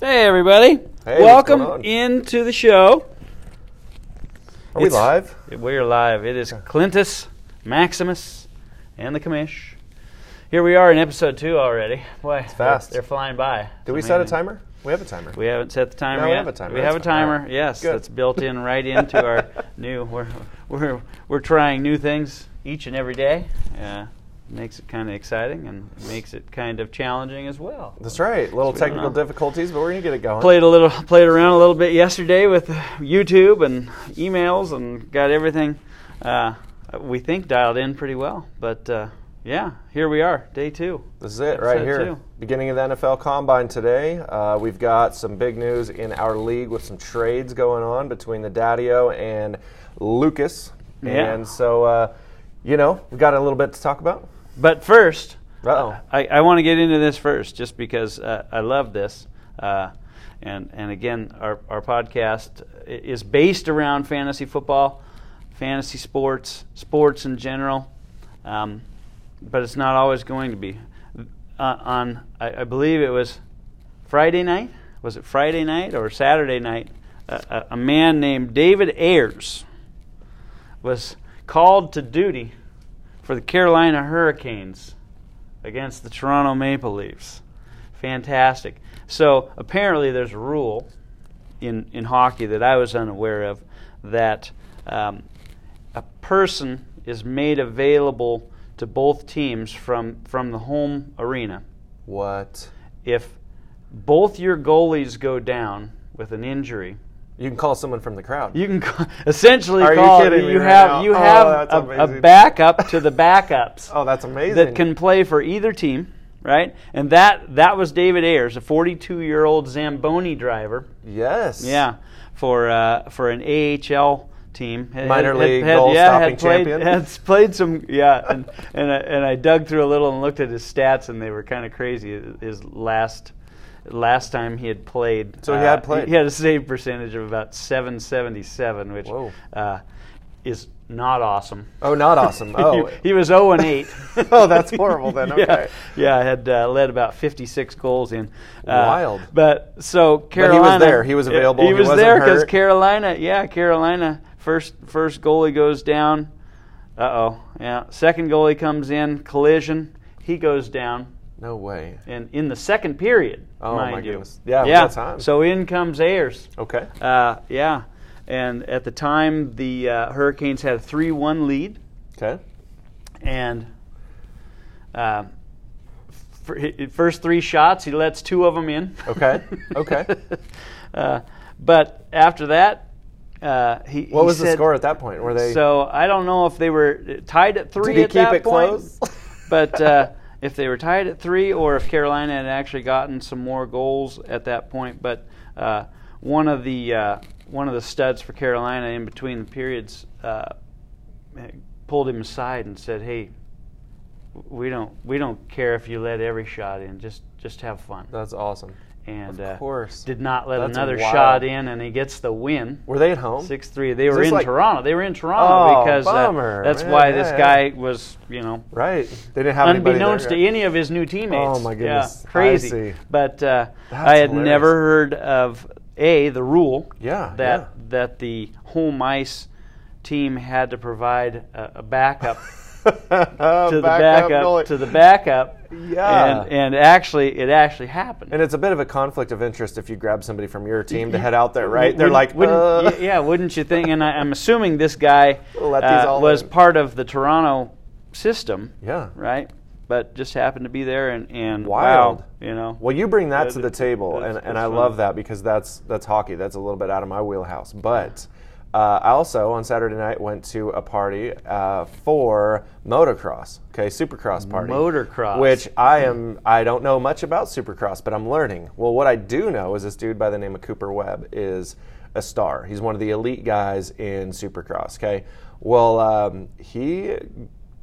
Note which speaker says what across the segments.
Speaker 1: Hey, everybody.
Speaker 2: Hey, what's going
Speaker 1: Welcome
Speaker 2: on?
Speaker 1: into the show.
Speaker 2: Are we
Speaker 1: It's-
Speaker 2: live?
Speaker 1: We're live. It is Clintus, Maximus, and the Commish. Here we are in episode two already. Boy, it's
Speaker 2: fast.
Speaker 1: They're, flying by.
Speaker 2: Did we
Speaker 1: It's
Speaker 2: set a
Speaker 1: amazing.
Speaker 2: timer? We have a timer.
Speaker 1: We haven't set the timer
Speaker 2: No, we
Speaker 1: yet.
Speaker 2: have a timer.
Speaker 1: We
Speaker 2: That's
Speaker 1: have a
Speaker 2: fine.
Speaker 1: timer. Yes,
Speaker 2: Good.
Speaker 1: that's built in right into our new. We're we're we're trying new things each and every day. Uh, makes it kind of exciting and makes it kind of challenging as well.
Speaker 2: That's right. Little
Speaker 1: What's going
Speaker 2: technical
Speaker 1: on?
Speaker 2: difficulties, but we're gonna get it going.
Speaker 1: played a little played around a little bit yesterday with YouTube and emails and got everything uh, we think dialed in pretty well. But uh, yeah, here we are, day two.
Speaker 2: This is it right
Speaker 1: Episode
Speaker 2: here.
Speaker 1: two.
Speaker 2: Beginning of the NFL Combine today. Uh, we've got some big news in our league with some trades going on between the Daddio and Lucas.
Speaker 1: Yeah.
Speaker 2: And so, uh, you know, we got a little bit to talk about.
Speaker 1: But first,
Speaker 2: Uh-oh.
Speaker 1: I, I want to get into this first, just because uh, I love this, uh, and and again, our our podcast i- is based around fantasy football, fantasy sports, sports in general, um, but it's not always going to be. Uh, on I, I believe it was Friday night. Was it Friday night or Saturday night? A, a, a man named David Ayers was called to duty for the Carolina Hurricanes against the Toronto Maple Leafs. Fantastic. So apparently, there's a rule in in hockey that I was unaware of that um, a person is made available to both teams from from the home arena
Speaker 2: What?
Speaker 1: if both your goalies go down with an injury.
Speaker 2: You can call someone from the crowd.
Speaker 1: You can ca- essentially
Speaker 2: Are you
Speaker 1: call
Speaker 2: kidding me right
Speaker 1: have
Speaker 2: now?
Speaker 1: you
Speaker 2: Oh,
Speaker 1: have
Speaker 2: that's
Speaker 1: a, a
Speaker 2: amazing.
Speaker 1: backup to the backups
Speaker 2: oh, that's amazing.
Speaker 1: that can play for either team, right? And that that was David Ayers, a 42-year-old Zamboni driver.
Speaker 2: yes.
Speaker 1: Yeah, for uh, for an AHL team, Had-
Speaker 2: Minor
Speaker 1: had-
Speaker 2: league
Speaker 1: had-
Speaker 2: goal
Speaker 1: yeah,
Speaker 2: stopping
Speaker 1: had played,
Speaker 2: champion.
Speaker 1: Had played some, yeah, and and I, and I dug through a little and looked at his stats, and they were kind of crazy. His last last time he had played, uh,
Speaker 2: So he had played.
Speaker 1: He had a save percentage of about 777, which
Speaker 2: Whoa.
Speaker 1: uh, is not awesome.
Speaker 2: Oh, not awesome. Oh.
Speaker 1: he, he was 0 and 8.
Speaker 2: oh, that's horrible then. Okay.
Speaker 1: yeah, yeah, I had uh, led about 56 goals in. Uh,
Speaker 2: Wild.
Speaker 1: But so
Speaker 2: was
Speaker 1: Carolina.
Speaker 2: there. He was available.
Speaker 1: He,
Speaker 2: He
Speaker 1: was
Speaker 2: wasn't
Speaker 1: there because
Speaker 2: hurt.
Speaker 1: Carolina. Yeah, Carolina. First, first goalie goes down. Uh oh. Yeah. Second goalie comes in. Collision. He goes down.
Speaker 2: No way.
Speaker 1: And in the second period,
Speaker 2: Oh,
Speaker 1: mind
Speaker 2: my
Speaker 1: you.
Speaker 2: goodness. Yeah,
Speaker 1: Yeah.
Speaker 2: real time.
Speaker 1: So in comes Ayers.
Speaker 2: Okay.
Speaker 1: Uh, yeah. And at the time, the uh, Hurricanes had a three-one lead
Speaker 2: Okay.
Speaker 1: and uh, fir- hi- first three shots, he lets two of them in.
Speaker 2: Okay, okay.
Speaker 1: uh, but after that, uh, he.
Speaker 2: What
Speaker 1: he
Speaker 2: was the
Speaker 1: said-
Speaker 2: score at that point? Were they?
Speaker 1: So I don't know if they were tied at three
Speaker 2: Did he
Speaker 1: at
Speaker 2: keep
Speaker 1: that
Speaker 2: it
Speaker 1: point,
Speaker 2: close?
Speaker 1: but uh, if they were tied at three, or if Carolina had actually gotten some more goals at that point, but uh, one of the uh, one of the studs for Carolina in between the periods uh, pulled him aside and said, "Hey, we don't we don't care if you let every shot in. Just just have fun."
Speaker 2: That's awesome.
Speaker 1: and
Speaker 2: of
Speaker 1: uh,
Speaker 2: course.
Speaker 1: did not let
Speaker 2: That's
Speaker 1: another
Speaker 2: wild.
Speaker 1: shot in, and he gets the win.
Speaker 2: Were they at home?
Speaker 1: Six three. They
Speaker 2: Is
Speaker 1: were
Speaker 2: this
Speaker 1: in
Speaker 2: like-
Speaker 1: Toronto. They were in Toronto
Speaker 2: Oh,
Speaker 1: because uh,
Speaker 2: bummer,
Speaker 1: that's
Speaker 2: man.
Speaker 1: why
Speaker 2: Yeah,
Speaker 1: this
Speaker 2: yeah.
Speaker 1: guy was, you know,
Speaker 2: Right. They didn't have anybody there,
Speaker 1: unbeknownst
Speaker 2: right?
Speaker 1: to any of his new teammates.
Speaker 2: Oh, my
Speaker 1: Yeah,
Speaker 2: goodness. I
Speaker 1: crazy.
Speaker 2: see.
Speaker 1: But uh, I
Speaker 2: That's
Speaker 1: had
Speaker 2: hilarious.
Speaker 1: never heard of a the rule.
Speaker 2: Yeah,
Speaker 1: That
Speaker 2: yeah.
Speaker 1: that the home ice team had to provide a, a backup to the backup,
Speaker 2: goalie.
Speaker 1: to the backup.
Speaker 2: Yeah.
Speaker 1: And and actually, it actually happened.
Speaker 2: And it's a bit of a conflict of interest if you grab somebody from your team to
Speaker 1: you-
Speaker 2: head out there, right? They're
Speaker 1: Wouldn't-
Speaker 2: like,
Speaker 1: wouldn't,
Speaker 2: uh,
Speaker 1: y- yeah, wouldn't you think? And I, I'm assuming this guy
Speaker 2: We'll let these
Speaker 1: uh,
Speaker 2: all
Speaker 1: was
Speaker 2: in.
Speaker 1: part of the Toronto system,
Speaker 2: yeah.
Speaker 1: right? But just happened to be there, and and
Speaker 2: Wild.
Speaker 1: wow, you know,
Speaker 2: Well, you bring that
Speaker 1: That-
Speaker 2: to the table,
Speaker 1: that's-
Speaker 2: and, and
Speaker 1: that's
Speaker 2: I
Speaker 1: fun.
Speaker 2: love that because that's that's hockey. That's a little bit out of my wheelhouse. But uh, I also on Saturday night went to a party uh, for motocross. Okay, supercross party.
Speaker 1: Motocross.
Speaker 2: which I am I don't know much about supercross, but I'm learning. Well, what I do know is this dude by the name of Cooper Webb is a star. He's one of the elite guys in supercross. Okay, well um, he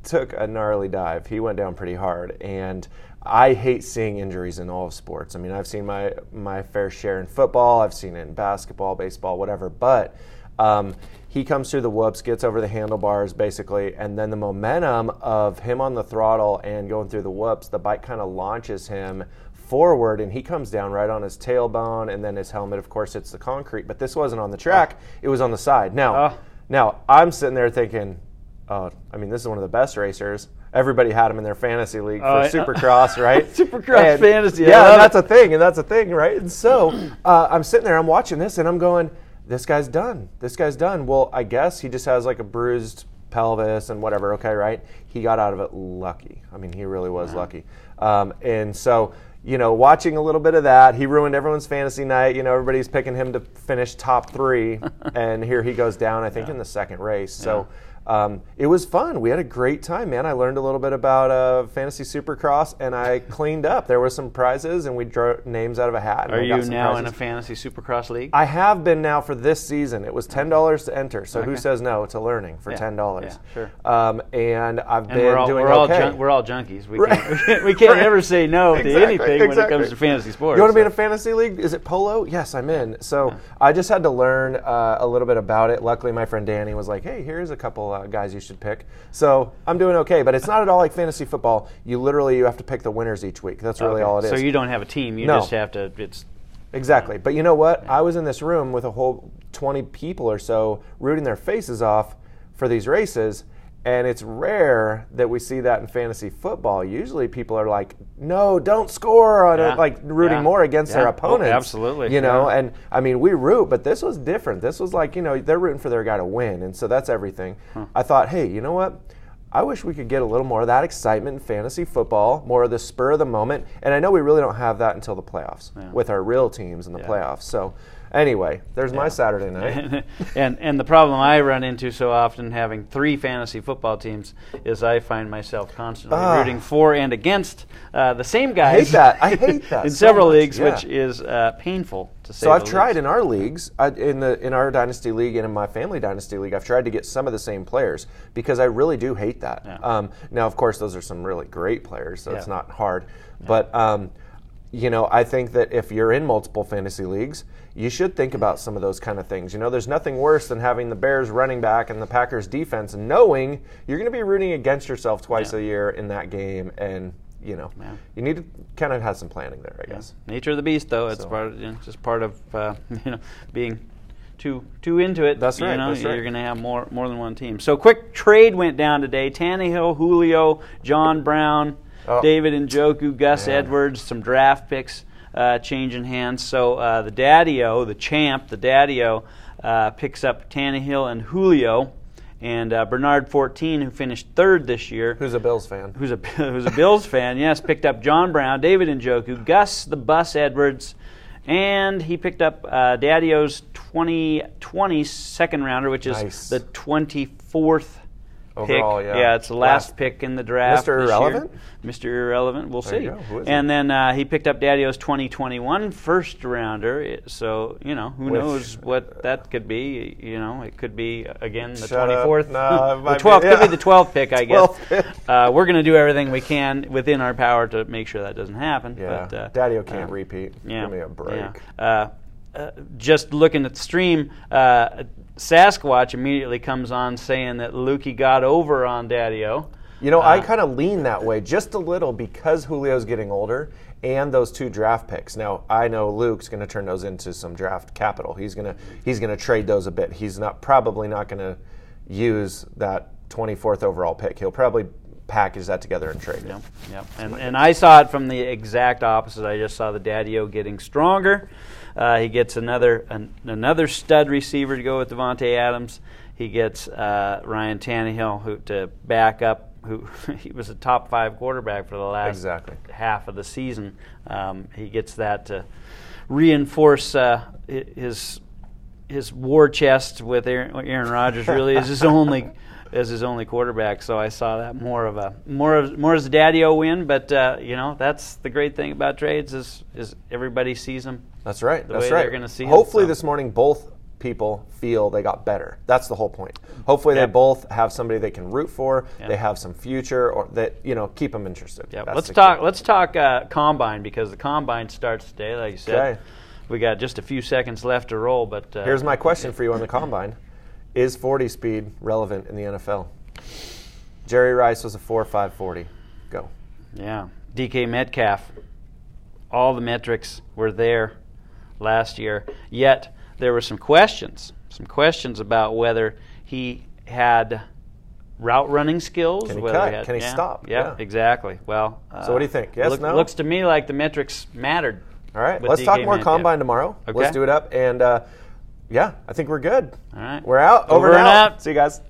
Speaker 2: took a gnarly dive. He went down pretty hard, and I hate seeing injuries in all of sports. I mean, I've seen my my fair share in football. I've seen it in basketball, baseball, whatever, but. Um, he comes through the whoops, gets over the handlebars basically, and then the momentum of him on the throttle and going through the whoops, the bike kind of launches him forward and he comes down right on his tailbone and then his helmet of course hits the concrete but this wasn't on the track it was on the side now
Speaker 1: Oh.
Speaker 2: now i'm sitting there thinking oh i mean this is one of the best racers everybody had him in their fantasy league
Speaker 1: Oh, I-
Speaker 2: for supercross right
Speaker 1: Supercross
Speaker 2: And-
Speaker 1: fantasy, I
Speaker 2: yeah
Speaker 1: love
Speaker 2: and that's
Speaker 1: it.
Speaker 2: a thing and that's a thing right and so uh, i'm sitting there i'm watching this and i'm going this guy's done this guy's done well i guess he just has like a bruised pelvis and whatever okay right he got out of it lucky i mean he really was lucky um, and so you know watching a little bit of that he ruined everyone's fantasy night you know everybody's picking him to finish top three and here he goes down i think in the second race so um, it was fun. We had a great time, man. I learned a little bit about uh, fantasy supercross, and I cleaned up. There were some prizes, and we drew names out of a hat. and
Speaker 1: Are
Speaker 2: I got
Speaker 1: you
Speaker 2: some
Speaker 1: now in a
Speaker 2: prizes.
Speaker 1: fantasy supercross league?
Speaker 2: I have been now for this season. It was ten dollars to enter, so who says no to learning for
Speaker 1: Yeah,
Speaker 2: ten dollars?
Speaker 1: yeah, sure.
Speaker 2: Um, and I've
Speaker 1: and
Speaker 2: been
Speaker 1: we're all
Speaker 2: doing
Speaker 1: we're all,
Speaker 2: okay.
Speaker 1: junk, we're all junkies. We
Speaker 2: Right.
Speaker 1: can't, we can't, we can't
Speaker 2: Right.
Speaker 1: ever say no to
Speaker 2: Exactly,
Speaker 1: anything when it
Speaker 2: exactly.
Speaker 1: comes to fantasy sports.
Speaker 2: You want to be in
Speaker 1: so.
Speaker 2: a fantasy league? Is it polo? Yes, I'm in. So I just had to learn uh, a little bit about it. Luckily, my friend Danny was like, "Hey, here's a couple uh, guys you should pick." So I'm doing okay, but it's not at all like fantasy football. You literally you have to pick the winners each week. That's really
Speaker 1: Okay.
Speaker 2: all it is.
Speaker 1: So you don't have a team. You
Speaker 2: No.
Speaker 1: just have to. It's
Speaker 2: Exactly. But you know what? I was in this room with a whole 20 people or so rooting their faces off for these races. And it's rare that we see that in fantasy football. Usually people are like, no, don't score, on
Speaker 1: Yeah.
Speaker 2: it, like rooting
Speaker 1: Yeah.
Speaker 2: more against their
Speaker 1: Yeah. Oh,
Speaker 2: opponents.
Speaker 1: absolutely.
Speaker 2: You know,
Speaker 1: Yeah.
Speaker 2: and I mean, we root, but this was different. This was like, you know, they're rooting for their guy to win. And so that's everything. I thought, hey, you know what? I wish we could get a little more of that excitement in fantasy football, more of the spur of the moment. And I know we really don't have that until the playoffs with our real teams in the playoffs. So, anyway, there's my Saturday night.
Speaker 1: and and the problem I run into so often having three fantasy football teams is I find myself constantly
Speaker 2: Ah.
Speaker 1: rooting for and against uh, the same
Speaker 2: I hate
Speaker 1: guys.
Speaker 2: that. I hate that.
Speaker 1: in
Speaker 2: so
Speaker 1: several
Speaker 2: much.
Speaker 1: leagues,
Speaker 2: Yeah.
Speaker 1: which is uh, painful to say.
Speaker 2: So
Speaker 1: the
Speaker 2: I've tried
Speaker 1: least.
Speaker 2: in our leagues, I, in the in our dynasty league and in my family dynasty league, I've tried to get some of the same players because I really do hate that. Um, now, of course, those are some really great players, so it's
Speaker 1: Yeah.
Speaker 2: not hard. But um, you know, I think that if you're in multiple fantasy leagues, you should think about some of those kind of things. You know, there's nothing worse than having the Bears running back and the Packers defense, and knowing you're going to be rooting against yourself twice a year in that game, and you know, you need to kind of have some planning there, I guess.
Speaker 1: Nature of the beast, though. It's part of, you know, just part of uh, you know being too too into it.
Speaker 2: That's
Speaker 1: you
Speaker 2: right,
Speaker 1: know,
Speaker 2: that's right.
Speaker 1: You're going to have more more than one team. So quick trade went down today. Tannehill, Julio, John Brown,
Speaker 2: Oh.
Speaker 1: David Njoku, Gus Edwards, some draft picks uh, changing hands. So uh, the Daddio, the champ, the Daddio uh, picks up Tannehill and Julio. And uh, Bernard 14, who finished third this year,
Speaker 2: Who's a Bills fan?
Speaker 1: who's a who's a Bills fan, yes, picked up John Brown, David Njoku, Gus the Bus Edwards, and he picked up uh, Daddy-O's 2020 second rounder, which is
Speaker 2: Nice.
Speaker 1: the 24th
Speaker 2: Overall,
Speaker 1: pick.
Speaker 2: yeah.
Speaker 1: it's the last,
Speaker 2: Last-
Speaker 1: pick in the draft.
Speaker 2: Mr.
Speaker 1: this year.
Speaker 2: Irrelevant?
Speaker 1: Mr. Irrelevant, we'll
Speaker 2: There
Speaker 1: see.
Speaker 2: you go. Who is
Speaker 1: and then uh, he picked up Daddy-O's 2021 first rounder, It- so, you know, who
Speaker 2: Which-
Speaker 1: knows what that could be. You know, it could be, again, the
Speaker 2: Shut up.
Speaker 1: 24th.
Speaker 2: No, it
Speaker 1: the
Speaker 2: might be-
Speaker 1: 12th.
Speaker 2: yeah.
Speaker 1: Could be the 12th pick, I guess.
Speaker 2: 12th pick.
Speaker 1: Uh, we're going to do everything we can within our power to make sure that doesn't happen.
Speaker 2: Yeah,
Speaker 1: But, uh,
Speaker 2: Daddy-O can't
Speaker 1: uh,
Speaker 2: repeat.
Speaker 1: Yeah.
Speaker 2: Give me a break.
Speaker 1: yeah. Uh, uh, just looking at the stream, uh, Sasquatch immediately comes on saying that Lukey got over on Daddy-O.
Speaker 2: You know,
Speaker 1: Uh,
Speaker 2: I kind of lean that way just a little because Julio's getting older and those two draft picks. Now, I know Luke's going to turn those into some draft capital. He's going to he's going to trade those a bit. He's not probably not going to use that 24th overall pick. He'll probably package that together and trade it.
Speaker 1: Yep. And, and I saw it from the exact opposite. I just saw the Daddy-O getting stronger. Uh, he gets another an, another stud receiver to go with Devontae Adams. He gets uh, Ryan Tannehill who, to back up. Who he was a top five quarterback for the last
Speaker 2: Exactly.
Speaker 1: half of the season. Um, he gets that to reinforce uh, hi- his his war chest with Aaron, Aaron Rodgers. Really, is his only is his only quarterback. So I saw that more of a more of, more as a daddy-o win. But uh, you know, that's the great thing about trades is is everybody sees them.
Speaker 2: That's right.
Speaker 1: The
Speaker 2: that's
Speaker 1: way
Speaker 2: right.
Speaker 1: they're gonna see it,
Speaker 2: Hopefully,
Speaker 1: so.
Speaker 2: this morning both people feel they got better. That's the whole point. Hopefully,
Speaker 1: Yep.
Speaker 2: they both have somebody they can root for. They have some future, or that you know keep them interested.
Speaker 1: Yeah,
Speaker 2: That's
Speaker 1: let's
Speaker 2: the key.
Speaker 1: talk. Let's talk uh, combine because the combine starts today. Like you said,
Speaker 2: Okay.
Speaker 1: we got just a few seconds left to roll. But uh,
Speaker 2: Here's my question for you on the combine: Is 40 speed relevant in the NFL? Jerry Rice was a 4.5 40. Go.
Speaker 1: yeah, DK Metcalf all the metrics were there last year. Yet there were some questions, some questions about whether he had route running skills.
Speaker 2: Can he
Speaker 1: whether
Speaker 2: cut? Can he
Speaker 1: yeah,
Speaker 2: stop?
Speaker 1: Yeah,
Speaker 2: Yeah.
Speaker 1: exactly. Well, uh,
Speaker 2: So what do you think? Yes,
Speaker 1: look-
Speaker 2: no?
Speaker 1: Looks to me like the metrics mattered.
Speaker 2: All right,
Speaker 1: with
Speaker 2: let's
Speaker 1: DK
Speaker 2: talk more
Speaker 1: Metcalf.
Speaker 2: combine tomorrow.
Speaker 1: Okay.
Speaker 2: Let's do it up, and uh, yeah, I think we're good.
Speaker 1: All right.
Speaker 2: We're out. Over,
Speaker 1: Over and out.
Speaker 2: See you guys.